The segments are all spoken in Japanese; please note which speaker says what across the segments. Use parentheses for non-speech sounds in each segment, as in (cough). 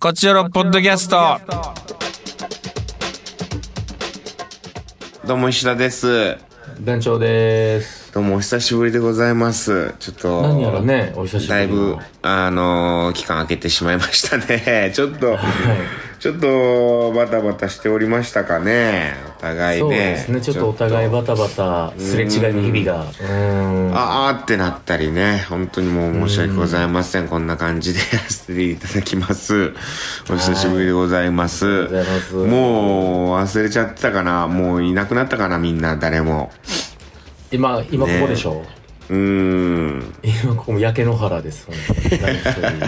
Speaker 1: こちらのポッドキャスト。
Speaker 2: どうも石田です。
Speaker 3: 団長です。
Speaker 2: どうもお久しぶりでございます。ちょっと。
Speaker 3: 何やらね、お久しぶ
Speaker 2: だい
Speaker 3: り
Speaker 2: ぶ
Speaker 3: の。、
Speaker 2: あのー期間空けてしまいましたね。 (laughs) ちょっと、
Speaker 3: はい
Speaker 2: ちょっと、バタバタしておりましたかね。お互いね。
Speaker 3: そうですね、ちょっとお互いバタバタ、すれ違いの日々が。うーん。
Speaker 2: ああーってなったりね。本当にもう申し訳ございません。こんな感じでやらせていただきます。お久しぶりでございます。
Speaker 3: りがとうございます
Speaker 2: もう忘れちゃってたかな。もういなくなったかな、みんな、誰も。
Speaker 3: 今、今ここでしょ、
Speaker 2: うーん。
Speaker 3: 今ここも焼け野原です。本当に団長に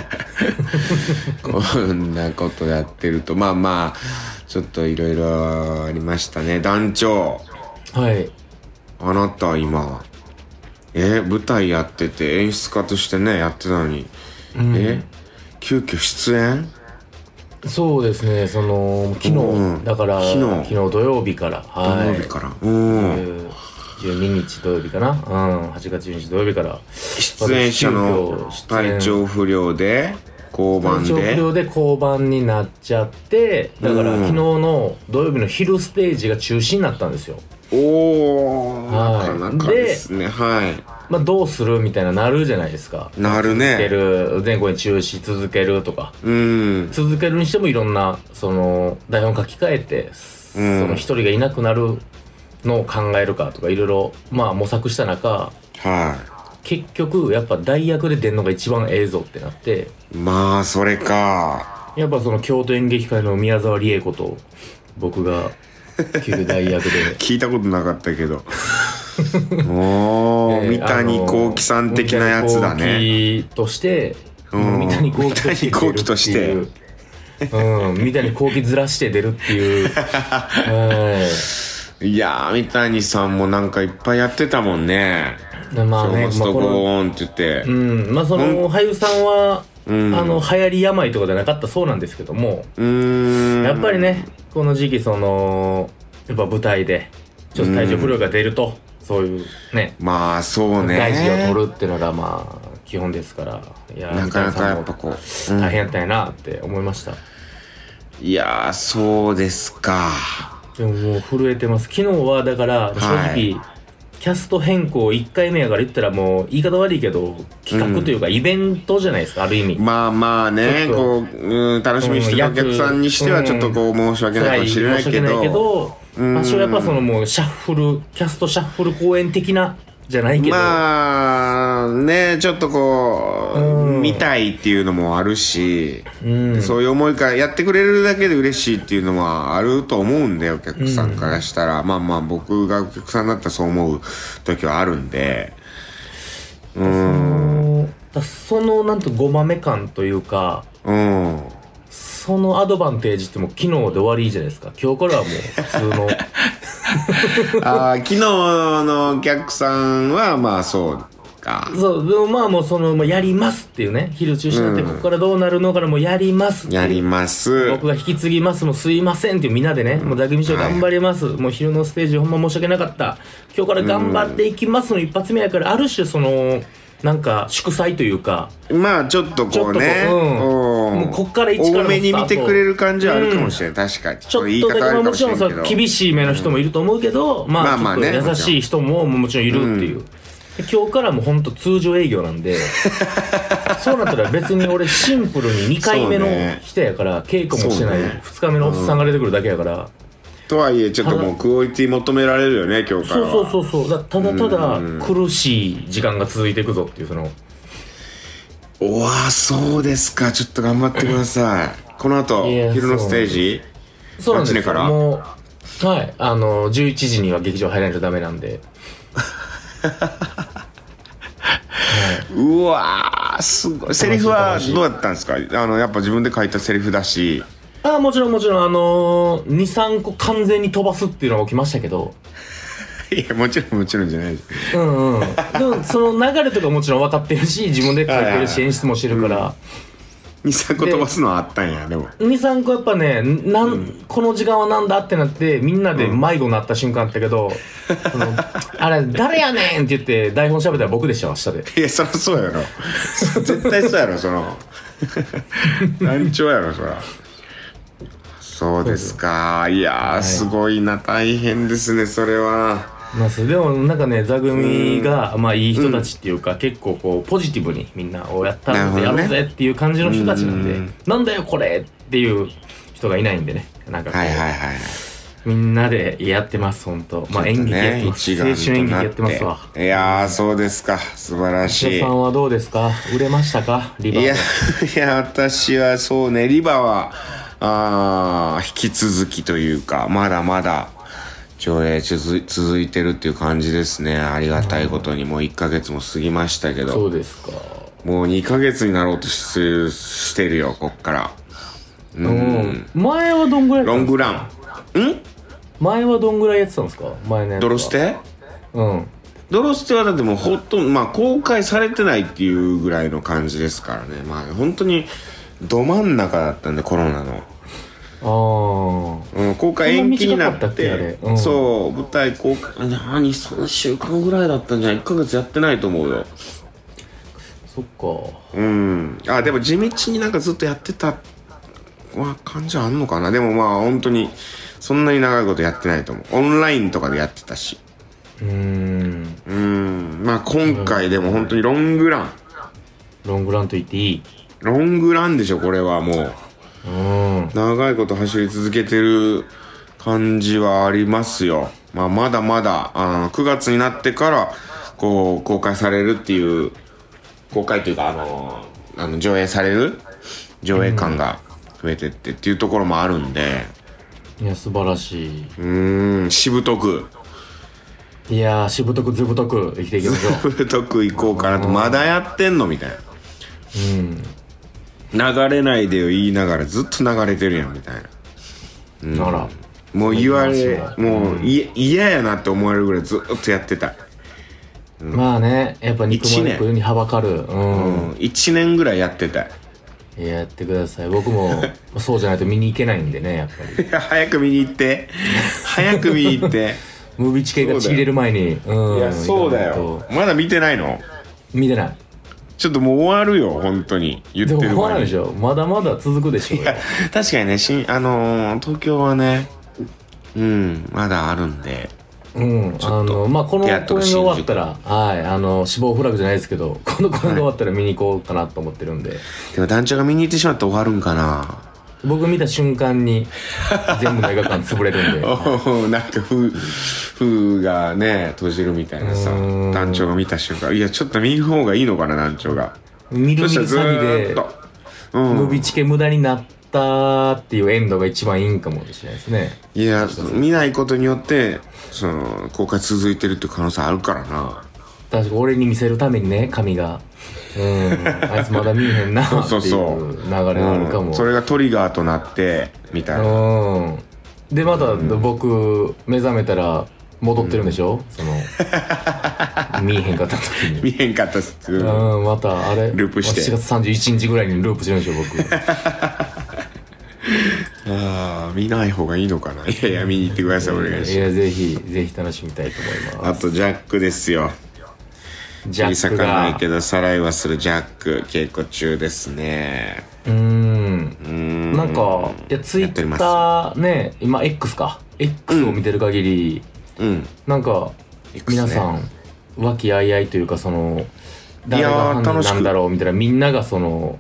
Speaker 2: こんなことやってると、まあまあ、ちょっといろいろありましたね。団長、
Speaker 3: はい。
Speaker 2: あなた今、え、舞台やってて、演出家としてね、やってたのに、え、急遽出演
Speaker 3: そうですね、その、昨
Speaker 2: うん
Speaker 3: 日、だから、
Speaker 2: 昨日
Speaker 3: 昨日土曜日から、
Speaker 2: 土
Speaker 3: は
Speaker 2: 曜
Speaker 3: い
Speaker 2: 日。から。うん。
Speaker 3: 12日土曜日かなうん、8月12日土曜日から。
Speaker 2: 出演者の
Speaker 3: 私急遽出演
Speaker 2: 体調不良で、交番
Speaker 3: 体調不
Speaker 2: で。
Speaker 3: 良で降板になっちゃってだから
Speaker 2: うん
Speaker 3: 昨日の土曜日の昼ステージが中止になったんですよ、
Speaker 2: おー、
Speaker 3: はい
Speaker 2: なかなかですね。はい。
Speaker 3: まあ、どうするみたいななるじゃないですか
Speaker 2: なる
Speaker 3: 続け
Speaker 2: ね。
Speaker 3: る全公演中止続けるとか
Speaker 2: うん。
Speaker 3: 続けるにしてもいろんなその台本書き換えて、その一人がいなくなるのを考えるかとかいろいろまあ模索した中
Speaker 2: は
Speaker 3: 結局やっぱ代役で出るのが一番ええぞってなって
Speaker 2: い。まあ、それか。
Speaker 3: やっぱその京都演劇界の宮沢りえ子と僕が急遽代役で
Speaker 2: 聞いたことなかったけ
Speaker 3: (laughs)
Speaker 2: どおー、
Speaker 3: えー
Speaker 2: 三谷幸喜さん的なやつだね、
Speaker 3: 三谷幸喜として、
Speaker 2: うん
Speaker 3: 三谷幸喜として
Speaker 2: 三谷幸喜として
Speaker 3: 出るっていううん、三谷幸喜ずらして出るって
Speaker 2: (laughs)
Speaker 3: いう。はい
Speaker 2: やー三谷さんもなんかいっぱいやってたもんね
Speaker 3: い。でま
Speaker 2: 「
Speaker 3: あ
Speaker 2: 正
Speaker 3: ね、まあ、
Speaker 2: 月と
Speaker 3: こ
Speaker 2: ゴ
Speaker 3: の、
Speaker 2: ーン」って言って、
Speaker 3: うん、まあその、俳優さんは、
Speaker 2: ん
Speaker 3: あの、流行り病とかじゃなかったそうなんですけども、
Speaker 2: うーん
Speaker 3: やっぱりね、この時期、その、やっぱ舞台で、ちょっと体調不良が出ると、そういうね、
Speaker 2: まあそうね
Speaker 3: 大事を取るっていうのが、まあ、基本ですから、いや、
Speaker 2: なかなかやっぱ
Speaker 3: 三谷さんも
Speaker 2: こう、うん
Speaker 3: 大変やったんやなって思いました。
Speaker 2: いやーそうですか
Speaker 3: でももう震えてます昨日はだから正直、
Speaker 2: はい
Speaker 3: キャスト変更1回目やから言ったらもう言い方悪いけど企画というかイベントじゃないですか、ある意味
Speaker 2: まあまあね
Speaker 3: ちょっと
Speaker 2: こう、うん、楽しみにしてるお客さんにしてはちょっとこう申し訳ないかもしれないけ
Speaker 3: 辛申し訳ないけ
Speaker 2: ど
Speaker 3: ど多少やっぱそのもうシャッフルキャストシャッフル公演的なじゃないけど、
Speaker 2: まあねちょっとこう、
Speaker 3: うん
Speaker 2: 見たいっていうのもあるし、
Speaker 3: うん
Speaker 2: そういう思いからやってくれるだけで嬉しいっていうのはあると思うんでお客さんからしたら、まあまあ僕がお客さんだったらそう思う時はあるんで
Speaker 3: うんだそのなんとごまめ感というか (laughs)
Speaker 2: うん
Speaker 3: そのアドバンテージってもう昨日で終わりじゃないですか今日からはもう普通の
Speaker 2: あー昨日のお客さんはまあそうか
Speaker 3: そう、でもまあもうその、もうやりますっていうね、昼中止になって、ここからどうなるのからもうやりますっていう
Speaker 2: やります
Speaker 3: 僕が引き継ぎます、もうすいませんっていうみんなでね、もう座組長頑張ります、もう昼のステージほんま申し訳なかった、今日から頑張っていきますの一発目やから、ある種その、なんか祝祭というか、
Speaker 2: まあちょっと
Speaker 3: ち
Speaker 2: こ
Speaker 3: ょ
Speaker 2: う
Speaker 3: っとこう
Speaker 2: ね
Speaker 3: うん
Speaker 2: ん
Speaker 3: もうこっから一からの
Speaker 2: 多めに見てくれる感じはあるかもしれない、確かに
Speaker 3: ちょっ
Speaker 2: 言い
Speaker 3: と
Speaker 2: 方
Speaker 3: だけ、ま
Speaker 2: 悪
Speaker 3: あ
Speaker 2: いか
Speaker 3: も
Speaker 2: も
Speaker 3: ち
Speaker 2: し
Speaker 3: ろ
Speaker 2: れ
Speaker 3: ん
Speaker 2: んけ
Speaker 3: そ
Speaker 2: ど
Speaker 3: の厳しい目の人もいると思うけど、ま
Speaker 2: まあ
Speaker 3: あ、
Speaker 2: まあね
Speaker 3: 結構優しい人ももちろんいるっていう。で今日からもうほんと通常営業な
Speaker 2: (laughs)
Speaker 3: んでそうなったら別に俺シンプルに2回目の
Speaker 2: そうね
Speaker 3: 人やから稽古もしてない
Speaker 2: そうね
Speaker 3: 2日目のおっさんが出てくるだけやから
Speaker 2: とはいえちょっともうクオリティ求められるよね今日か
Speaker 3: そ
Speaker 2: ら
Speaker 3: う
Speaker 2: は
Speaker 3: そうそうそうだただただ苦しい時間が続いていくぞっていうその
Speaker 2: おわそうですかちょっと頑張ってくださ (laughs) いこの後
Speaker 3: いや
Speaker 2: 昼のステージ
Speaker 3: そうなんで
Speaker 2: マチネ
Speaker 3: すよ
Speaker 2: から
Speaker 3: もうはいあの11時には劇場入らないとダメなんで
Speaker 2: うわーすごいセリフはどうだったんですかあのやっぱ自分で書いたセリフだ (laughs) し
Speaker 3: ああもちろんもちろんあのー、23個完全に飛ばすっていうのが起きましたけど
Speaker 2: いやもちろんもちろんじゃないです
Speaker 3: うんうんでもその流れとかもちろん分かってるし自分で書いてるし演出もしてるから
Speaker 2: 23個飛ばすのはあったんやでも
Speaker 3: 23個やっぱねなん、この時間はなんだってなってみんなで迷子になった瞬間あったけど、そのあれ誰やねんって言って台本喋ったら僕でしたわ下で
Speaker 2: (laughs) いやそりゃそうやろ絶対そうやろその難聴やろそらそうですかいやーすごいな大変ですねそれは
Speaker 3: まあ、そうでもなんかね座組がまあいい人たちっていうか、結構こうポジティブにみんなをやった
Speaker 2: なる
Speaker 3: ら
Speaker 2: ほ
Speaker 3: や
Speaker 2: どね
Speaker 3: ろうぜっていう感じの人たちなんで、
Speaker 2: うん
Speaker 3: なんだよこれっていう人がいないんでねなんかこう、
Speaker 2: はいはいはい
Speaker 3: みんなでやってます本当まあ演劇やってます、
Speaker 2: ちょっと
Speaker 3: 青
Speaker 2: ね
Speaker 3: 春演劇やってますわ
Speaker 2: 一丸となっていやーそうですか素晴らし
Speaker 3: 吉
Speaker 2: い
Speaker 3: 田さんはどうですか売れましたかリバ
Speaker 2: いや、
Speaker 3: ー
Speaker 2: いや、私はそうね、リバは、あー引き続きというか、まだまだ、上映続い続いてるっていう感じですね。ありがたいことに、もう1ヶ月も過ぎましたけ
Speaker 3: ドそ
Speaker 2: ど、
Speaker 3: うですか
Speaker 2: もう2ヶ月になろうとししてるよ、こっから。
Speaker 3: うん前はどんぐらいや
Speaker 2: ロ
Speaker 3: った
Speaker 2: ン
Speaker 3: んです
Speaker 2: グラン。ん
Speaker 3: 前はどんぐらいやってたんですか前のやつは
Speaker 2: ドロステ
Speaker 3: うん
Speaker 2: ドロステはだってもうほとんど、まあ公開されてないっていうぐらいの感じですからね。まあ本当に、ど真ん中だったんで、コロナの。
Speaker 3: ああ
Speaker 2: うん、公開延期にな
Speaker 3: そんな短
Speaker 2: っ
Speaker 3: かったっけ
Speaker 2: て
Speaker 3: あれうん
Speaker 2: そう舞台公開何3週間ぐらいだったんじゃない1ヶ月やってないと思うよ
Speaker 3: そっか
Speaker 2: うんあでも地道になんかずっとやってたは感じはあんのかなでもまあ本当にそんなに長いことやってないと思うオンラインとかでやってたし
Speaker 3: うーん
Speaker 2: うんまあ今回でも本当にロングラン
Speaker 3: ロングランと言っていい
Speaker 2: ロングランでしょこれはもう
Speaker 3: うん
Speaker 2: 長いこと走り続けてる感じはありますよ。まあ、まだまだ、あの、9月になってから、こう、公開されるっていう、公開というか、あの、あの上映される上映感が増えてってっていうところもあるんで、
Speaker 3: いや素晴らし
Speaker 2: うーん、しぶとく、
Speaker 3: いいやーしぶとくずぶとく生きていきましょ
Speaker 2: しぶとく行こうかなと、まだやってんのみたいな。
Speaker 3: ううん
Speaker 2: 流れないでよ言いながらずっと流れてるやんみたいな。
Speaker 3: あら
Speaker 2: もう言われ
Speaker 3: そう、
Speaker 2: もうい嫌やなって思われるぐらいずっとやってた。
Speaker 3: まあねやっぱ肉も肉にはばかるうん
Speaker 2: うん、1年ぐらいやってたい (laughs)
Speaker 3: いややってください僕もそうじゃないと見に行けないんでねやっぱり
Speaker 2: 早く見に行
Speaker 3: (laughs)
Speaker 2: って早く見に行って
Speaker 3: ムービーチ系がちぎれる前にうん
Speaker 2: いやそうだ
Speaker 3: 行か
Speaker 2: よ
Speaker 3: ないと
Speaker 2: まだ見てないの
Speaker 3: 見てない
Speaker 2: ちょっともう終わるよ本当に言って
Speaker 3: でも
Speaker 2: る
Speaker 3: 終わ
Speaker 2: 前
Speaker 3: らない
Speaker 2: に
Speaker 3: でしょまだまだ続くでしょうよ
Speaker 2: 確かにねしんあのー東京はねうんまだあるんで
Speaker 3: うん、あの、まあ、この公
Speaker 2: や
Speaker 3: 演
Speaker 2: っ
Speaker 3: が
Speaker 2: と
Speaker 3: 終わったら、はい、あの、死亡フラグじゃないですけど、この公演が終わったら見に行こうかなと思ってるんで、
Speaker 2: でも団長が見に行ってしまったら終わるんか
Speaker 3: (laughs)
Speaker 2: な
Speaker 3: 僕見た瞬間に、全部の映画館潰れるん
Speaker 2: (laughs)
Speaker 3: で、
Speaker 2: おおなんか風風がね閉じるみたいなさ
Speaker 3: うん
Speaker 2: 団長が見た瞬間いやちょっと見ん方がいいのかな団長が
Speaker 3: 見る
Speaker 2: そ
Speaker 3: 見
Speaker 2: したら
Speaker 3: る
Speaker 2: ずー
Speaker 3: 詐欺
Speaker 2: っ
Speaker 3: で
Speaker 2: と、うん
Speaker 3: ムビチケ無駄になったっていうエンドが一番いいんかもしれないですね。
Speaker 2: いや見ないことによってその公開続いてるって可能性あるからな
Speaker 3: 確か俺に見せるためにね、髪が。うん、あいつまだ見えへんな、ってい
Speaker 2: そう
Speaker 3: う流れ
Speaker 2: そう
Speaker 3: があるか
Speaker 2: う
Speaker 3: も
Speaker 2: ん。 (laughs) それがトリガーとなってみたいな
Speaker 3: うん。で、また僕、目覚めたら、戻ってるんでしょ、その、見えへんかった時に。
Speaker 2: (laughs) 見えんかったっす
Speaker 3: うん、またあれ、
Speaker 2: ループして
Speaker 3: 7月31日ぐらいにループしてるんでしょ、
Speaker 2: (laughs)
Speaker 3: 僕。
Speaker 2: あー見ない方がいいのかないやいや見に行ってくださいお願い
Speaker 3: い
Speaker 2: しま
Speaker 3: や、ぜひ、ぜひ楽しみたいと思います
Speaker 2: あとジャックですよ
Speaker 3: す。ジャ
Speaker 2: 見
Speaker 3: ック
Speaker 2: 逆らない
Speaker 3: が、
Speaker 2: けどさらいはするジャック稽古中ですね
Speaker 3: うーん
Speaker 2: う、ん
Speaker 3: なんか、いや、ツイ
Speaker 2: やっており
Speaker 3: ッ
Speaker 2: ま
Speaker 3: ターね、今、X か。X を見てる限り、
Speaker 2: うん
Speaker 3: なんか、
Speaker 2: X ね
Speaker 3: 皆さん、和気あいあいというか、その、誰が犯人
Speaker 2: 楽し
Speaker 3: な
Speaker 2: く
Speaker 3: んだろうみたいな、みんながその、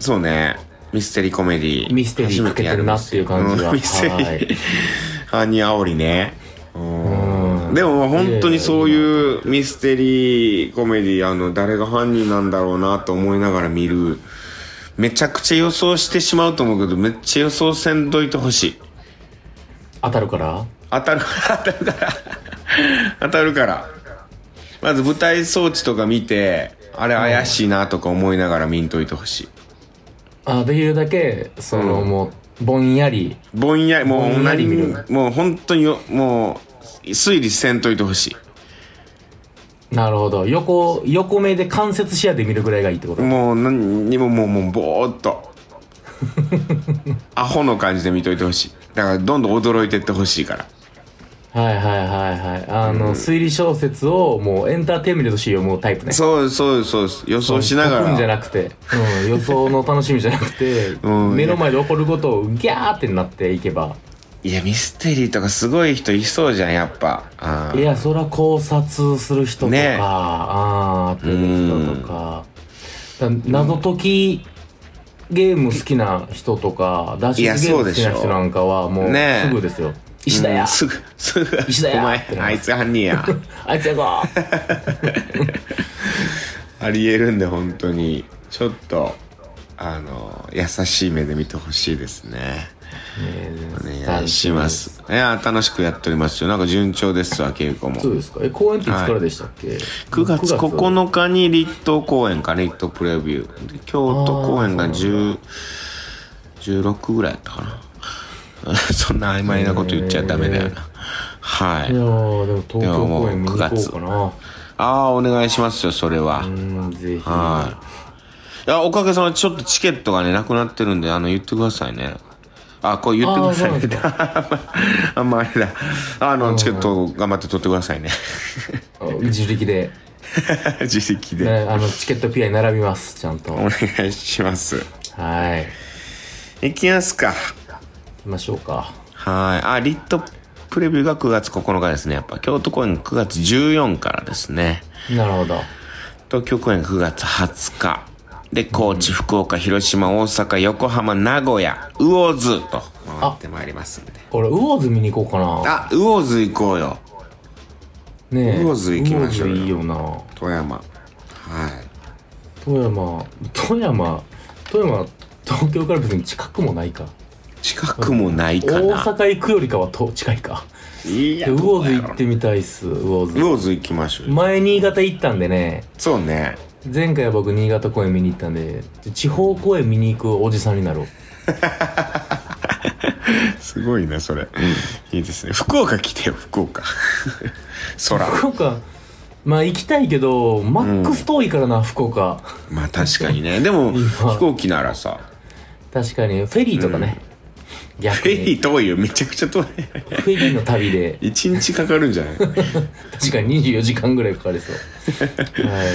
Speaker 2: そうねミステリーコメディ
Speaker 3: ミステリーかけてるなっていう感じが
Speaker 2: んミステリ
Speaker 3: は
Speaker 2: ー
Speaker 3: い
Speaker 2: 犯人煽りねうん
Speaker 3: うん
Speaker 2: でも本当にそういうミステリーコメディあの誰が犯人なんだろうなと思いながら見るめちゃくちゃ予想してしまうと思うけどめっちゃ予想せんといてほしい
Speaker 3: 当たるから
Speaker 2: 当たる (laughs) 当たるから当たるからまず舞台装置とか見てあれ怪しいなとか思いながら見んといてほしい
Speaker 3: あできるだけ、その、もう、ぼんやり、
Speaker 2: ぼんやりも
Speaker 3: ぼ
Speaker 2: うん
Speaker 3: や
Speaker 2: 何
Speaker 3: り見る
Speaker 2: もう本当によもう推理せんといてほし
Speaker 3: なるほど。横、横目で間接視野で見るぐらいがいいってこ
Speaker 2: い
Speaker 3: と。
Speaker 2: もう何にももうもうぼーっ
Speaker 3: (laughs)
Speaker 2: とアホの感じで見といてほしいだからどんどん驚いてってほしいから
Speaker 3: はいはいはいはい。あの、推理小説をもうエンターテインメントとして読むタイプね。
Speaker 2: そうですそうですそうです予想しなが
Speaker 3: 解くんじゃ
Speaker 2: ら
Speaker 3: なくて、うん、予想の楽しみじゃなくて、
Speaker 2: (laughs) うん
Speaker 3: 目の前で起こることをギャーってなっていけば、
Speaker 2: いやミステリーとかすごい人いそうじゃんやっぱあ
Speaker 3: いや、そら考察する人とか、
Speaker 2: ね
Speaker 3: あー、当てる人とか、だ謎解きゲーム好きな人とか、脱出
Speaker 2: い
Speaker 3: ゲ
Speaker 2: や
Speaker 3: ー
Speaker 2: そう
Speaker 3: ム好
Speaker 2: で
Speaker 3: き
Speaker 2: しょ
Speaker 3: な人なんかは、もう
Speaker 2: ねえ
Speaker 3: すぐですよ。石田や、
Speaker 2: すぐすぐ
Speaker 3: 石田や
Speaker 2: お
Speaker 3: って
Speaker 2: 前
Speaker 3: な
Speaker 2: あ
Speaker 3: り
Speaker 2: い
Speaker 3: ま
Speaker 2: つ犯人
Speaker 3: (laughs)
Speaker 2: や
Speaker 3: あいつやぞ
Speaker 2: ありえるんで本当にちょっとあの優しい目で見てほしいですねお願いしま。すいや楽しくやっておりますよなんか順調ですわ稽古も
Speaker 3: そうですか。え、公演っていつからでしたっけ、
Speaker 2: 9月
Speaker 3: 日
Speaker 2: 9日に立東公演か立東プレビューで京都公演が10 16ぐらいやったかな (laughs) そんな曖昧なこと言っちゃダメだよなはい
Speaker 3: いやーでも東京公演見
Speaker 2: いやもう
Speaker 3: に行
Speaker 2: 9
Speaker 3: こ
Speaker 2: 月
Speaker 3: うかな
Speaker 2: ああお願いしますよそれは
Speaker 3: うんぜひ
Speaker 2: はいいやおかげさまでちょっとチケットがねなくなってるんであの言ってくださいねあこう言ってくださいねって (laughs) あんまあれだあのチケットを頑張って取ってくださいね (laughs)
Speaker 3: あ自力で、
Speaker 2: 自力で、
Speaker 3: ね、あのチケットピアに並びますちゃんと
Speaker 2: お願いします
Speaker 3: はい
Speaker 2: いきますか
Speaker 3: 行きましょうか
Speaker 2: はい。あ、リットプレビューが9月9日ですね。やっぱ京都公演9月14からですね。
Speaker 3: なるほど
Speaker 2: 東京公演9月20日。で、高知、福岡、広島、大阪、横浜、名古屋、魚津と回ってまいりますんで。
Speaker 3: 俺魚津見に行こうか
Speaker 2: あ、魚津行こうよ。
Speaker 3: なねえ
Speaker 2: 魚津行きましょうよ
Speaker 3: 魚津いいよな
Speaker 2: 富山。はい。
Speaker 3: 富山富山富山東京から別に近くもないか
Speaker 2: 近くもないか
Speaker 3: 大
Speaker 2: な。
Speaker 3: 阪行くよりかはと近いか
Speaker 2: い
Speaker 3: で
Speaker 2: や、
Speaker 3: 魚津
Speaker 2: どうや
Speaker 3: 行
Speaker 2: ろ
Speaker 3: ってみたいっす魚津
Speaker 2: 魚津行きましょうよ。
Speaker 3: 前新潟行ったんでね
Speaker 2: そうね。
Speaker 3: 前回僕新潟公演見に行ったんで地方公演見に行くおじさんになろう
Speaker 2: すごいね、それ。いいですね。福岡来てよ、福
Speaker 3: (laughs)
Speaker 2: 岡。空。
Speaker 3: 福岡まあ行きたいけどマックス遠いからな、福岡
Speaker 2: まあ確かにね。でも、
Speaker 3: 今
Speaker 2: 飛行機ならさ、
Speaker 3: 確かにフェリーとかね、
Speaker 2: フ
Speaker 3: 逆
Speaker 2: ェ
Speaker 3: に
Speaker 2: リー遠いよ。めちゃくちゃ遠い。
Speaker 3: (laughs) フェリーの旅で
Speaker 2: 一日かかるんじゃない
Speaker 3: 確かに24時間ぐらいかかりそうはい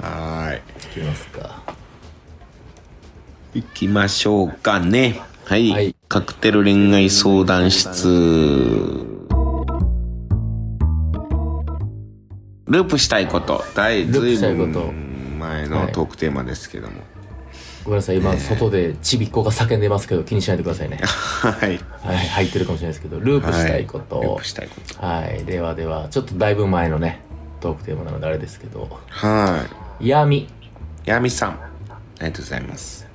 Speaker 2: は
Speaker 3: 行きますか
Speaker 2: ーい。行きましょうかね。はい。
Speaker 3: はい
Speaker 2: カクテル恋愛相談室。ループしたいこと。大
Speaker 3: ループしたいこと
Speaker 2: 随分前のトークテーマですけども。
Speaker 3: ごめんなさい今外でちびっこが叫んでますけど気にしないでくだ (laughs) さいね
Speaker 2: はい。
Speaker 3: はい入ってるかもしれないですけどループしたいこ
Speaker 2: ル
Speaker 3: と、
Speaker 2: ー
Speaker 3: は
Speaker 2: プ
Speaker 3: い
Speaker 2: したいこと。
Speaker 3: ではではちょっとだいぶ前のねトークテーマなのであれですけど
Speaker 2: は
Speaker 3: 闇
Speaker 2: い。ヤミさん。ありがとうございます。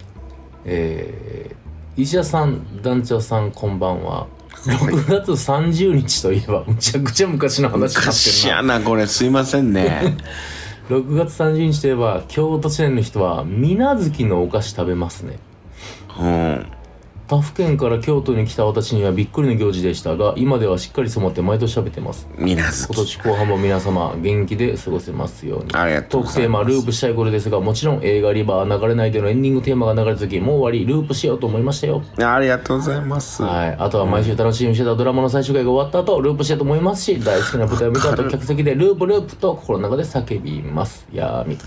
Speaker 3: えー、医者さん団長さんこんばんは6月30日といえばむちゃくちゃ昔の話にな
Speaker 2: か
Speaker 3: って
Speaker 2: し
Speaker 3: るな
Speaker 2: やな、これ。すいません (laughs) ね。
Speaker 3: 6月30日といえば京都市内の人は水無月のお菓子食べますね
Speaker 2: うん。
Speaker 3: 他府県から京都に来た私にはびっくりの行事でしたが今ではしっかり染まって毎年食べてます
Speaker 2: みなず
Speaker 3: 今
Speaker 2: き。
Speaker 3: 年後半も皆様元気で過ごせますように
Speaker 2: ありがと
Speaker 3: ト
Speaker 2: う
Speaker 3: ー
Speaker 2: ご
Speaker 3: ク
Speaker 2: ざ
Speaker 3: テ
Speaker 2: い
Speaker 3: ーマ
Speaker 2: ま
Speaker 3: ループしたいことですがもちろん映画「リバー流れない」でのエンディングテーマが流れた時もう終わりループしようと思いましたよ
Speaker 2: す。ありがとうございます。
Speaker 3: はい、あとは毎週楽しみにしてたドラマの最終回が終わった後ループしたいと思いますし大好きな舞台を見た後客席でループループと心の中で叫びますやーみ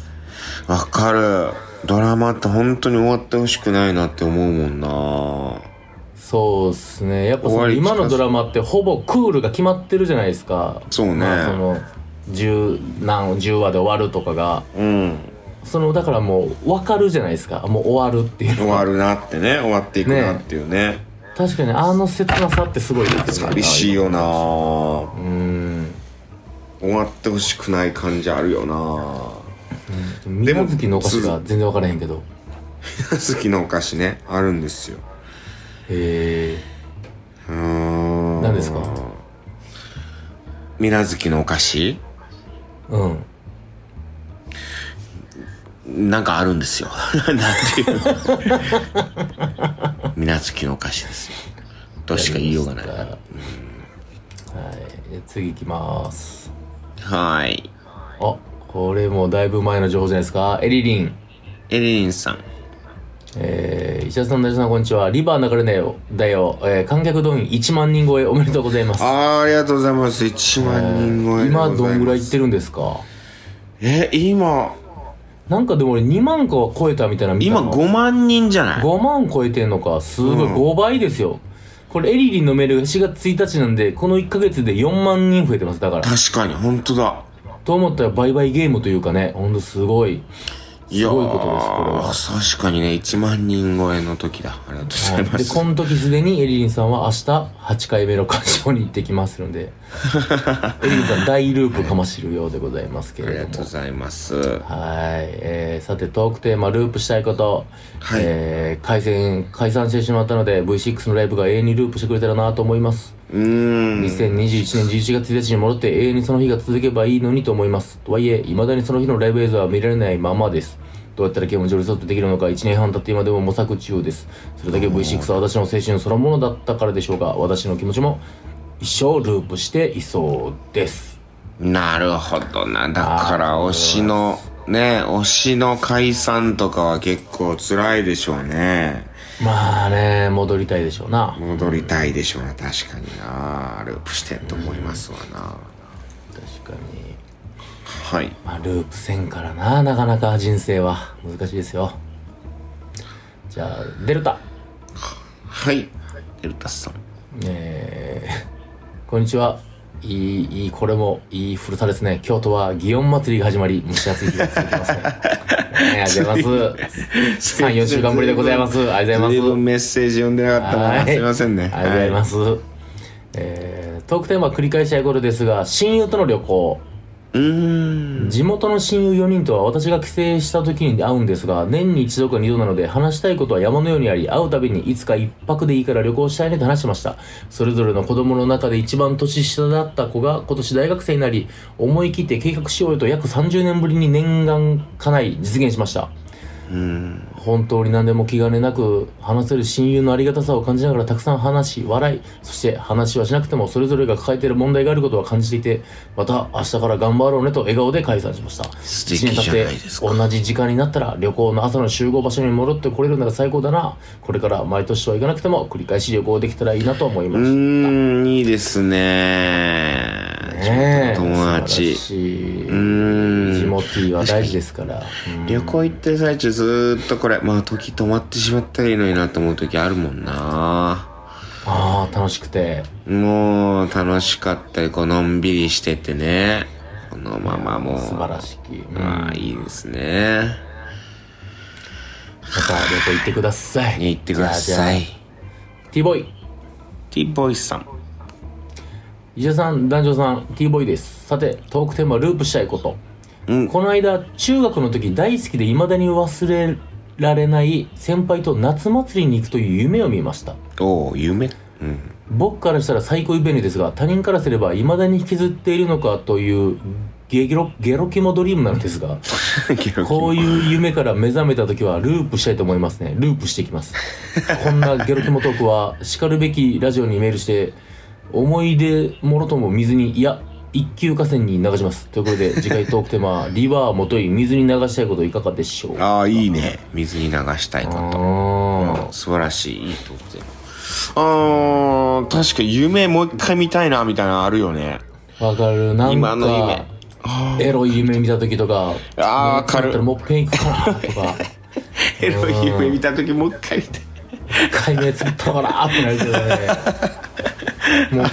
Speaker 2: わかる。ドラマって本当に終わってほしくないなって思うもんな
Speaker 3: そうっすねやっぱそ
Speaker 2: 終わ
Speaker 3: の
Speaker 2: り近
Speaker 3: 今
Speaker 2: づ
Speaker 3: のドラマってほぼクールが決まってるじゃないですか
Speaker 2: そうね
Speaker 3: まあその十何十話で終わるとかが
Speaker 2: うん。
Speaker 3: そのだからもう分かるじゃないですかもう終わるっていう
Speaker 2: 終わるなってね、終わっていくなっていうね。
Speaker 3: 確かにあの切なさってすごいですよね
Speaker 2: 寂しいよな
Speaker 3: うん
Speaker 2: 終わってほしくない感じあるよな (laughs)
Speaker 3: 水無月のお菓子が全然分からへんけど
Speaker 2: 好きなお菓子ね、あるんですよ。
Speaker 3: へ
Speaker 2: う
Speaker 3: え
Speaker 2: ーん。
Speaker 3: 何ですか
Speaker 2: みなずきのお菓子
Speaker 3: うん
Speaker 2: なんかあるんですよ。 (laughs) なんていう。みなずきのお菓子ですよ。としか言いようがない。
Speaker 3: はい次行きます
Speaker 2: はい。
Speaker 3: あこれもだいぶ前の情報じゃないですかエリリン
Speaker 2: エリリンさん。
Speaker 3: えー、石田さん、大地さん、こんにちは。リバー流れだよ、だよ、えー、観客動員1万人超えおめでとうございます。
Speaker 2: あーありがとうございます1万人超えでござい
Speaker 3: 今
Speaker 2: ます
Speaker 3: どんぐらい行ってるんですか
Speaker 2: え今
Speaker 3: なんかでも俺2万個は超えたみたいな見た
Speaker 2: 今
Speaker 3: の
Speaker 2: 5万人じゃない
Speaker 3: 5万超えてんのかすごい
Speaker 2: うん
Speaker 3: 5倍ですよ、これエリリンのメールが4月1日なんでこの1ヶ月で4万人増えてますだから
Speaker 2: 確かに本当だ
Speaker 3: と思ったら売買ゲームというかねほんとすごいすごいことですこれは
Speaker 2: これ確かにね1万人超えの時だありがとうございま、
Speaker 3: ですこの時すでにエリリンさんは明日8回目の鑑賞に行ってきますの
Speaker 2: (laughs)
Speaker 3: でエリリンさん大ループかましるようでございますけ
Speaker 2: あり
Speaker 3: れ
Speaker 2: が
Speaker 3: ど
Speaker 2: とう
Speaker 3: も
Speaker 2: ございます
Speaker 3: はい、えー、さてトークテーマループしたいこと、
Speaker 2: はい
Speaker 3: えー、解散解散してしまったので V6 のライブが永遠にループしてくれたらなと思います
Speaker 2: うーん
Speaker 3: 2021年11月1日に戻って永遠にその日が続けばいいのにと思います。とはいえ、未だにその日のライブ映像は見られないままです。どうやったらゲーム上リソートできるのか1年半経って今でも模索中です。それだけ V6 は私の青春そのものだったからでしょうが、私の気持ちも一生ループしていそうです。
Speaker 2: なるほどなだから推しのね推しの解散とかは結構辛いでしょうね
Speaker 3: まあね、戻りたいでしょうな。
Speaker 2: 戻りたいでしょうな確かになループしてんと思いますわな
Speaker 3: 確かに。
Speaker 2: はい
Speaker 3: まあ、ループせんからな、なかなか人生は難しいですよ。じゃあ、デルタ。
Speaker 2: はいデルタスさん
Speaker 3: えー、こんにちは。いい、いい、これもいい古さですね。京都は祇園祭りが始まり、蒸し暑い日が続いてますね。 (laughs) ねえありがとうございます。3、4
Speaker 2: (laughs)
Speaker 3: 週間ぶりでございます。ありがとうござ
Speaker 2: 随
Speaker 3: います
Speaker 2: 分。メッセージ読んでなかった
Speaker 3: は
Speaker 2: な。
Speaker 3: い
Speaker 2: すいませんね。
Speaker 3: ありがとうございます。えー、トークテーマ繰り返し合い頃ですが、親友との旅行。
Speaker 2: うーん。
Speaker 3: 地元の親友4人とは私が帰省した時に会うんですが年に一度か二度なので話したいことは山のようにあり会うたびにいつか一泊でいいから旅行したいねと話しましたそれぞれの子供の中で一番年下だった子が今年大学生になり思い切って計画しようよと約30年ぶりに念願かない実現しました本当に何でも気兼ねなく話せる親友のありがたさを感じながらたくさん話し笑いそして話はしなくてもそれぞれが抱えている問題があることは感じていてまた明日から頑張ろうねと笑顔で解散しました
Speaker 2: 素敵じゃないですか
Speaker 3: 一年経って同じ時間になったら旅行の朝の集合場所に戻ってこれるなら最高だなこれから毎年は行かなくても繰り返し旅行できたらいいなと思いま
Speaker 2: う
Speaker 3: し
Speaker 2: ーん、いいですね。
Speaker 3: たねえ
Speaker 2: 友達
Speaker 3: 素晴らしい
Speaker 2: ん
Speaker 3: 地元は大事ですからうん
Speaker 2: 旅行行ってる最中ずーっとこれ、まあ時止まってしまったらいいのになと思う時あるもんな。
Speaker 3: ああ楽しくて
Speaker 2: もう楽しかったり、こうのんびりしててね。このままもう。
Speaker 3: 素晴らしき、うん
Speaker 2: まあいいですね。
Speaker 3: また旅行行ってください。
Speaker 2: 行ってくださ
Speaker 3: じ
Speaker 2: い
Speaker 3: ゃあ。。じゃあ T ボーイ。
Speaker 2: T ボイスさん。
Speaker 3: 石田さん、男女さん、T ボーイです。さて、トークテーマ、ループしたいこと。
Speaker 2: うん
Speaker 3: この間、中学の時大好きで未だに忘れられない先輩と夏祭りに行くという夢を見ました。
Speaker 2: おう夢 (laughs) うん。
Speaker 3: 僕からしたら最高イベントですが他人からすれば未だに引きずっているのかというゲロゲロキモドリームなんですが (laughs) こういう夢から目覚めた時はループしたいと思いますねループしていきますこんなゲロキモトークはしかるべきラジオにメールして思い出もろとも水にいや一級河川に流しますということで次回トークテーマは (laughs) リバーもとい水に流したいこといかがでしょうか
Speaker 2: ああ、いいね。水に流したいこと。
Speaker 3: あ
Speaker 2: 素晴らしいいいとこであー確か夢もう一回見たいなみたいなのあるよね
Speaker 3: ーわかるなんか
Speaker 2: 今の夢
Speaker 3: エロい夢見た時とか
Speaker 2: あー
Speaker 3: もう
Speaker 2: 軽い
Speaker 3: だったらもうペン行くかなと
Speaker 2: (laughs)
Speaker 3: か
Speaker 2: (laughs) エロい夢見た時もう一回見たい
Speaker 3: 解明作ったからーってなるけどねもう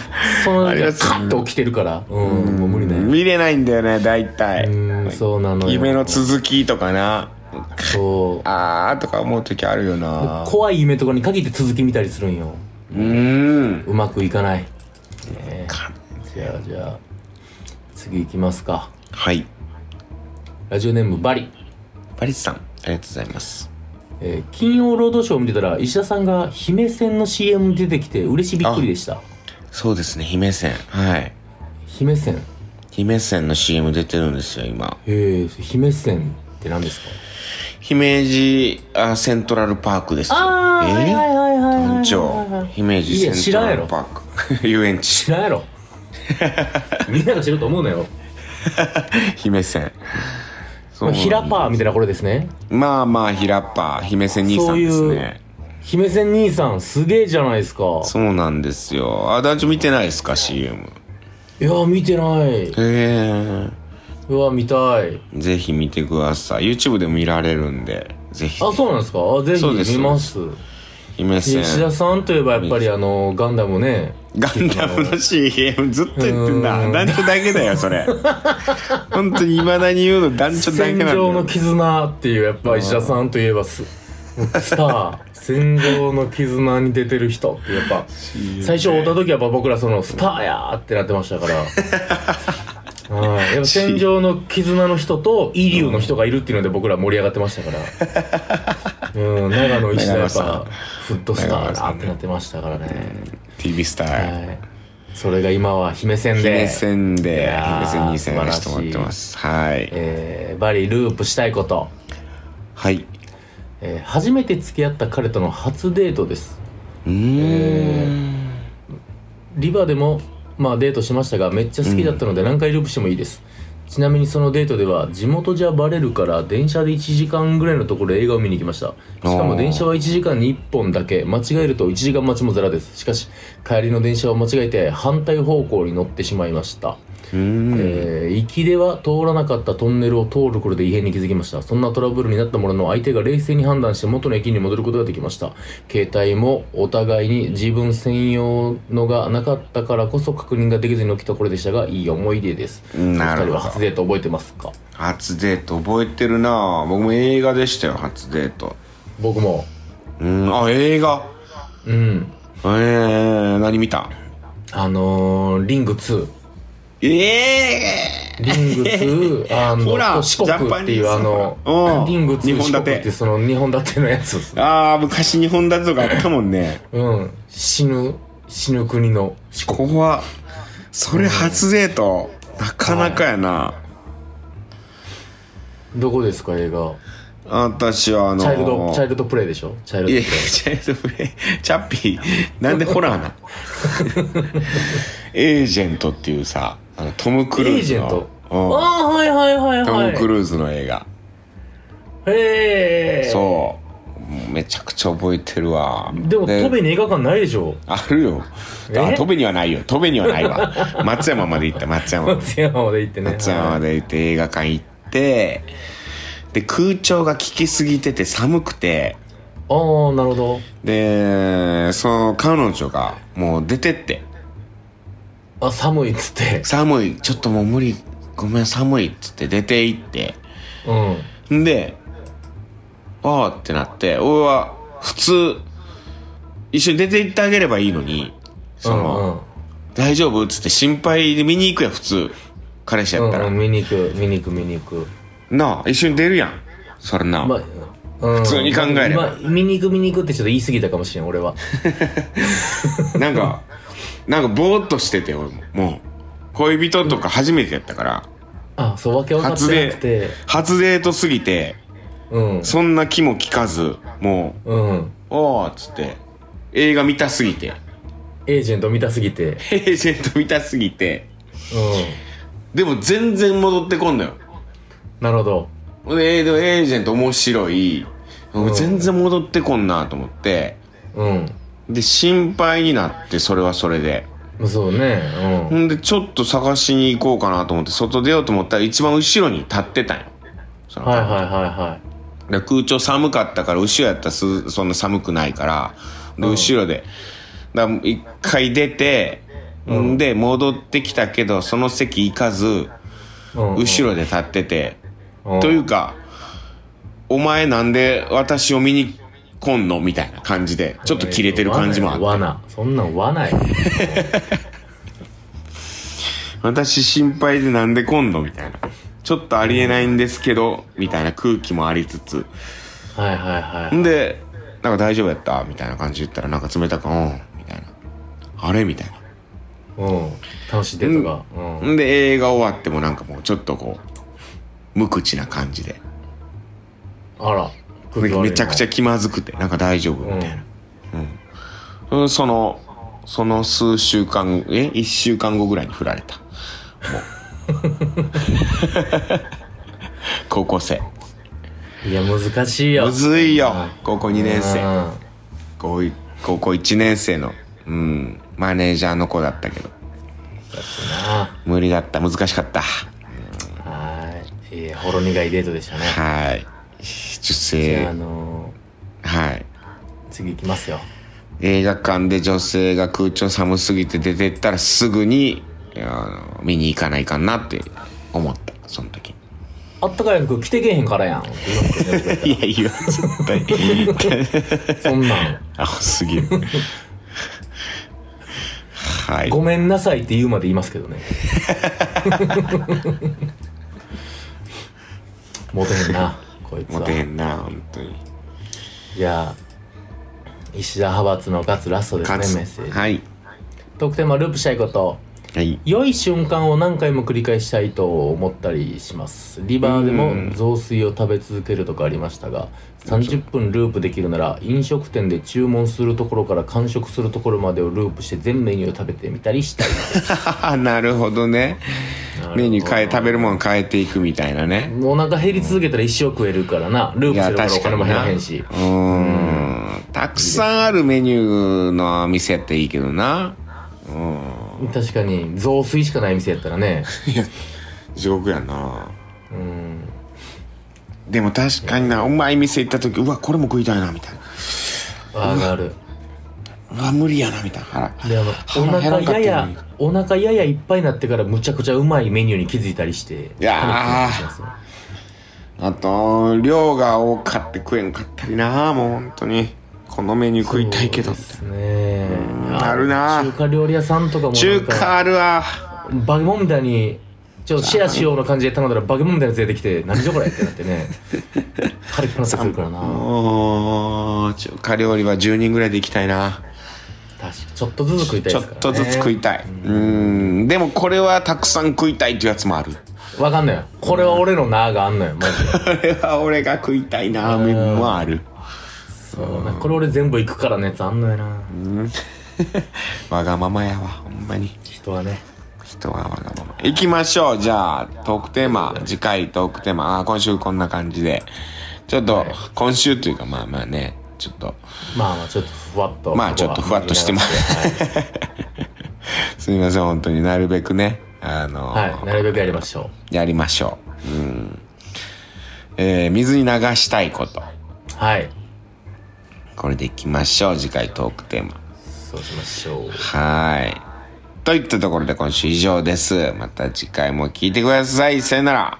Speaker 3: その
Speaker 2: あり
Speaker 3: 時
Speaker 2: が
Speaker 3: は
Speaker 2: とう
Speaker 3: カッと起きてるからうんもう無理だよ
Speaker 2: 見れないんだよね大体
Speaker 3: うんそうなのよ
Speaker 2: 夢の続きとかな
Speaker 3: そう
Speaker 2: あーとか思う時あるよな
Speaker 3: 怖い夢とかに限って続き見たりするんよ
Speaker 2: うーん
Speaker 3: うまくいかない、ねえじゃあじゃあ次いきますか
Speaker 2: はい
Speaker 3: ラジオネームバリ
Speaker 2: パリスさんありがとうございます
Speaker 3: えー金曜ロードショーを見てたら石田さんが姫線の CM に出てきて嬉しいびっくりでした
Speaker 2: そうですね姫線はい
Speaker 3: 姫線
Speaker 2: 姫線の CM 出てるんですよ今
Speaker 3: ええ姫線って何ですか
Speaker 2: 姫路あセントラルパークですよ
Speaker 3: あーはいはいはいはいはいはい
Speaker 2: 団長姫路
Speaker 3: いや
Speaker 2: セントラルパーク (laughs) 遊園地
Speaker 3: 知らんやろみんなが知ると思うなよ
Speaker 2: 姫線そ
Speaker 3: ま
Speaker 2: う
Speaker 3: あ、ヒラパーみたいなこれですね
Speaker 2: まあまあ、ひらっぱ、姫瀬兄さんです
Speaker 3: そういう
Speaker 2: ね。
Speaker 3: 姫仙兄さんすげえじゃないですか
Speaker 2: そうなんですよ。あ、団長見てないですか、CM。
Speaker 3: いや見てない
Speaker 2: へ
Speaker 3: うわ見たい
Speaker 2: え。ぜひ見てください。YouTube でも見られるんで、ぜひ。
Speaker 3: あそうなんですかあぜ
Speaker 2: そうで
Speaker 3: ひ
Speaker 2: す
Speaker 3: 見ます
Speaker 2: 姫瀬。
Speaker 3: 吉田さんといえばやっぱりあのガンダムね
Speaker 2: ガンダムの CM ずっと言ってん
Speaker 3: う
Speaker 2: だ。
Speaker 3: ん
Speaker 2: 団長だけだよ、そ
Speaker 3: (laughs)
Speaker 2: れ。本当に未だに言うの団長だけ
Speaker 3: 戦
Speaker 2: なんだ
Speaker 3: 場の
Speaker 2: よ。
Speaker 3: 絆っていうやっぱ石田さんといえばすスタ (laughs) ー戦場の絆に出てる人ってやっぱ最初会った時やっぱ僕らそのスターやーってなってましたからはい、やっぱ戦場の絆の人とイリュウの人がいるっていうので僕ら盛り上がってましたからうん長野石田やっぱフットスターだーってなってましたからね
Speaker 2: TV スター。
Speaker 3: はいそれが今は姫戦で
Speaker 2: 姫線
Speaker 3: い
Speaker 2: で、
Speaker 3: やー
Speaker 2: 姫線2線の人もやってます。はい。
Speaker 3: えーバリループしたいこと
Speaker 2: はい。
Speaker 3: えー初めて付き合った彼との初デートです
Speaker 2: うーん。
Speaker 3: リバでもまあデートしましたがめっちゃ好きだったので何回ループしてもいいです、ちなみにそのデートでは地元じゃバレるから電車で1時間ぐらいのところで映画を見に行きましたしかも電車は1時間に1本だけ間違えると1時間待ちもザラですしかし帰りの電車を間違えて反対方向に乗ってしまいました
Speaker 2: うーん。
Speaker 3: えー行きでは通らなかったトンネルを通ることで異変に気づきましたそんなトラブルになったものの相手が冷静に判断して元の駅に戻ることができました携帯もお互いに自分専用のがなかったからこそ確認ができずに起きたこれでしたがいい思い出です
Speaker 2: なるほど
Speaker 3: お二人は初デート覚えてますか
Speaker 2: 初デート覚えてるなぁ僕も映画でしたよ初デート
Speaker 3: 僕も
Speaker 2: うんあ映画
Speaker 3: うん
Speaker 2: えー、何見た
Speaker 3: あのー、リング2
Speaker 2: ええ
Speaker 3: リング2
Speaker 2: (laughs)
Speaker 3: あ
Speaker 2: ほら
Speaker 3: の四国っていうあ
Speaker 2: うん
Speaker 3: のリング
Speaker 2: 二
Speaker 3: 2
Speaker 2: 本
Speaker 3: 四
Speaker 2: 立て
Speaker 3: 国ってその2本立てのやつです
Speaker 2: ー、ああ昔日本だとかあったもんね
Speaker 3: うん死ぬ死ぬ国の四国
Speaker 2: 怖っそれ初デートなかなかやな
Speaker 3: どこですか映画
Speaker 2: 私はあの
Speaker 3: チ
Speaker 2: ー
Speaker 3: ャイルドチャイルドプレイでしょチャイルド
Speaker 2: い
Speaker 3: プ
Speaker 2: やい
Speaker 3: レイ
Speaker 2: やチャイルドプレイチャッピーなんでホ
Speaker 3: (laughs)
Speaker 2: ラーなエージェントっていうさあのトム・クルーズの
Speaker 3: エージェント
Speaker 2: うん
Speaker 3: ああはいはいはい
Speaker 2: ト
Speaker 3: は
Speaker 2: ム・ク
Speaker 3: い
Speaker 2: ルーズの映画、
Speaker 3: へえ
Speaker 2: そうもうめちゃくちゃ覚えてるわ
Speaker 3: でもトベに映画館ないでしょ
Speaker 2: あるよあ
Speaker 3: え
Speaker 2: トベにはないよトベにはないわ松山まで行った松山
Speaker 3: 松山まで行ってね
Speaker 2: 松山ま
Speaker 3: で
Speaker 2: で行って映画館行ってで空調が効きすぎてて寒くて
Speaker 3: ああなるほど
Speaker 2: でその彼女がもう出てって
Speaker 3: あ寒いっつって
Speaker 2: 寒いちょっともう無理ごめん寒いっつって出て行って
Speaker 3: うん
Speaker 2: んで、ああってなって、俺は普通、一緒に出て行ってあげればいいのに、その、大丈夫っつって心配で見に行くやん、普通。彼氏
Speaker 3: うん
Speaker 2: や
Speaker 3: うん
Speaker 2: ったら。
Speaker 3: うんうん見に行く見に行く見に行く
Speaker 2: なあ、一緒に出るやん。それな。
Speaker 3: まあうん、
Speaker 2: 普通に考えれば
Speaker 3: 今見に行く見に行くってちょっと言い過ぎたかもしれん俺は
Speaker 2: なんか、なんかぼーっとしてて、俺も。もう、恋人とか初めてやったから、
Speaker 3: あそうわけ分かって
Speaker 2: 初
Speaker 3: な
Speaker 2: デ
Speaker 3: くて
Speaker 2: ート、初デートすぎて、
Speaker 3: うん
Speaker 2: そんな気も利かず、も
Speaker 3: うん
Speaker 2: う、おーっつって、映画見たすぎて、
Speaker 3: エージェント見たすぎて
Speaker 2: エージェント見たすぎて、
Speaker 3: う
Speaker 2: でも全然戻ってこんのよ。
Speaker 3: んなるほど
Speaker 2: ほんで、エージェント面白い。
Speaker 3: ん
Speaker 2: 全然戻ってこんなと思って。
Speaker 3: うん
Speaker 2: で、心配になって、それはそれで。
Speaker 3: そうね
Speaker 2: ほんで、ちょっと探しに行こうかなと思って、外出ようと思ったら、一番後ろに立ってたんよ。そ
Speaker 3: うん
Speaker 2: の
Speaker 3: はいはいはいはい
Speaker 2: で空調寒かったから、後ろやったらすそんな寒くないから、で、
Speaker 3: うん
Speaker 2: 後ろで。だから一回出て、んで、戻ってきたけど、その席行かず、
Speaker 3: うん
Speaker 2: 後ろで立ってて、
Speaker 3: うん
Speaker 2: というか、お前なんで私を見に来んのみたいな感じで、ちょっと切れてる感じもあっ
Speaker 3: 罠そんなん罠や
Speaker 2: て、私心配でなんで来んのみたいな。ちょっとありえないんですけど、みたいな空気もありつつ。
Speaker 3: はいはいはい
Speaker 2: んで、なんか大丈夫やったみたいな感じで言ったら、なんか冷たく、うん、みたいな。あれみたいな。
Speaker 3: うん楽しいデートがうん
Speaker 2: んで、映画終わってもなんかもうちょっとこう、無口な感じで。
Speaker 3: あら空気悪いな
Speaker 2: めちゃくちゃ気まずくて、なんか大丈夫みたいな。うん。その、その数週間、え ?1 週
Speaker 3: (laughs)
Speaker 2: 間後ぐらいに振られた。も高校生
Speaker 3: いや難しいよ
Speaker 2: むずいよ高校2年生
Speaker 3: うん
Speaker 2: 高い高校1年生のうんマネージャーの子だったけど
Speaker 3: な
Speaker 2: 無理だった難しかった
Speaker 3: あはいえーほろ苦いデートでしたね
Speaker 2: はい女
Speaker 3: じゃああ
Speaker 2: 性
Speaker 3: の
Speaker 2: はい
Speaker 3: ー次行きますよ
Speaker 2: 映画館で女性が空調寒すぎて出てったらすぐにあの見に行かないかなって思ったその時
Speaker 3: あったかい服着てけへんからやん (laughs) って言わんといてくれ
Speaker 2: いやいや絶対
Speaker 3: そんなん
Speaker 2: アホすぎる (laughs) はい
Speaker 3: (laughs) ごめんなさいって言うまで言いますけどねモテへんなこいつ
Speaker 2: モ
Speaker 3: は
Speaker 2: テへんな本当に
Speaker 3: じゃあ石田派閥のガツラストですね
Speaker 2: 勝つ
Speaker 3: メッセージ、
Speaker 2: はい (laughs)
Speaker 3: 得点はループしたいこと
Speaker 2: はい
Speaker 3: 良い瞬間を何回も繰り返したいと思ったりしますリバーでも雑炊を食べ続けるとかありましたが30分ループできるなら飲食店で注文するところから完食するところまでをループして全メニューを食べてみたりしたい
Speaker 2: なるほどね
Speaker 3: ほど
Speaker 2: メニュー変え食べるもの変えていくみたいなね
Speaker 3: お腹減り続けたら一生食えるからなルー
Speaker 2: い
Speaker 3: プす
Speaker 2: や
Speaker 3: るから
Speaker 2: 確かに
Speaker 3: お金も減ら
Speaker 2: な
Speaker 3: へ
Speaker 2: うん
Speaker 3: し
Speaker 2: んたくさんあるメニューの店やっていいけどなうん
Speaker 3: 確かに雑炊しかない店やったら
Speaker 2: (laughs)
Speaker 3: ね
Speaker 2: 地獄やなうんでも確かになうまい店行った時うわこれも食いたいなみたいな
Speaker 3: 上がる
Speaker 2: うわ無理やなみたいな腹
Speaker 3: であのお
Speaker 2: 腹減ら
Speaker 3: 腹
Speaker 2: んかった
Speaker 3: や
Speaker 2: のに
Speaker 3: やお腹ややいっぱいになってからむちゃくちゃうまいメニューに気づいたりして
Speaker 2: いやー
Speaker 3: 食べてみたりしますよ
Speaker 2: あと量が多かって食えんかったりなもう本当にこのメニュー食いたいけど
Speaker 3: そうですね
Speaker 2: あるな
Speaker 3: 中華料理屋さんとかもな
Speaker 2: 中
Speaker 3: んか
Speaker 2: 華あるわ
Speaker 3: バケモンみたいにちょっとシェアしようの感じで頼んだらバケモンみたいなやつ出て
Speaker 2: (laughs)
Speaker 3: きて何じゃこれってなってねカレーっぱなしするからな確
Speaker 2: おー中華料理は10人ぐらいで行きたいな
Speaker 3: かちょっとずつ食いたい
Speaker 2: ち
Speaker 3: で
Speaker 2: ょ
Speaker 3: す
Speaker 2: っ
Speaker 3: から、ね、
Speaker 2: とずつ食いたいうんでもこれはたくさん食いたいっていうやつもある
Speaker 3: わかんないよこれは俺のなーがあんのよマジで
Speaker 2: これは俺が食いたいな麺もある
Speaker 3: そうなこれ俺全部行くからのやつあんのよな
Speaker 2: わがままやわほんまに
Speaker 3: 人はね
Speaker 2: 人はわがまま行きましょうじゃあトークテーマ次回トークテーマあー今週こんな感じでちょっと、今週というかまあまあねちょっと
Speaker 3: まあまあちょっとふわっと
Speaker 2: まあちょっとふわっとしてますすみません本当になるべくねあの
Speaker 3: はい、はい、なるべくやりましょ
Speaker 2: やりましょううんえー水に流したいこと
Speaker 3: うはい
Speaker 2: これでいきましょう次回トークテーマ
Speaker 3: そうしましょう
Speaker 2: はいといったところで今週以上ですまた次回も聞いてくださいさよなら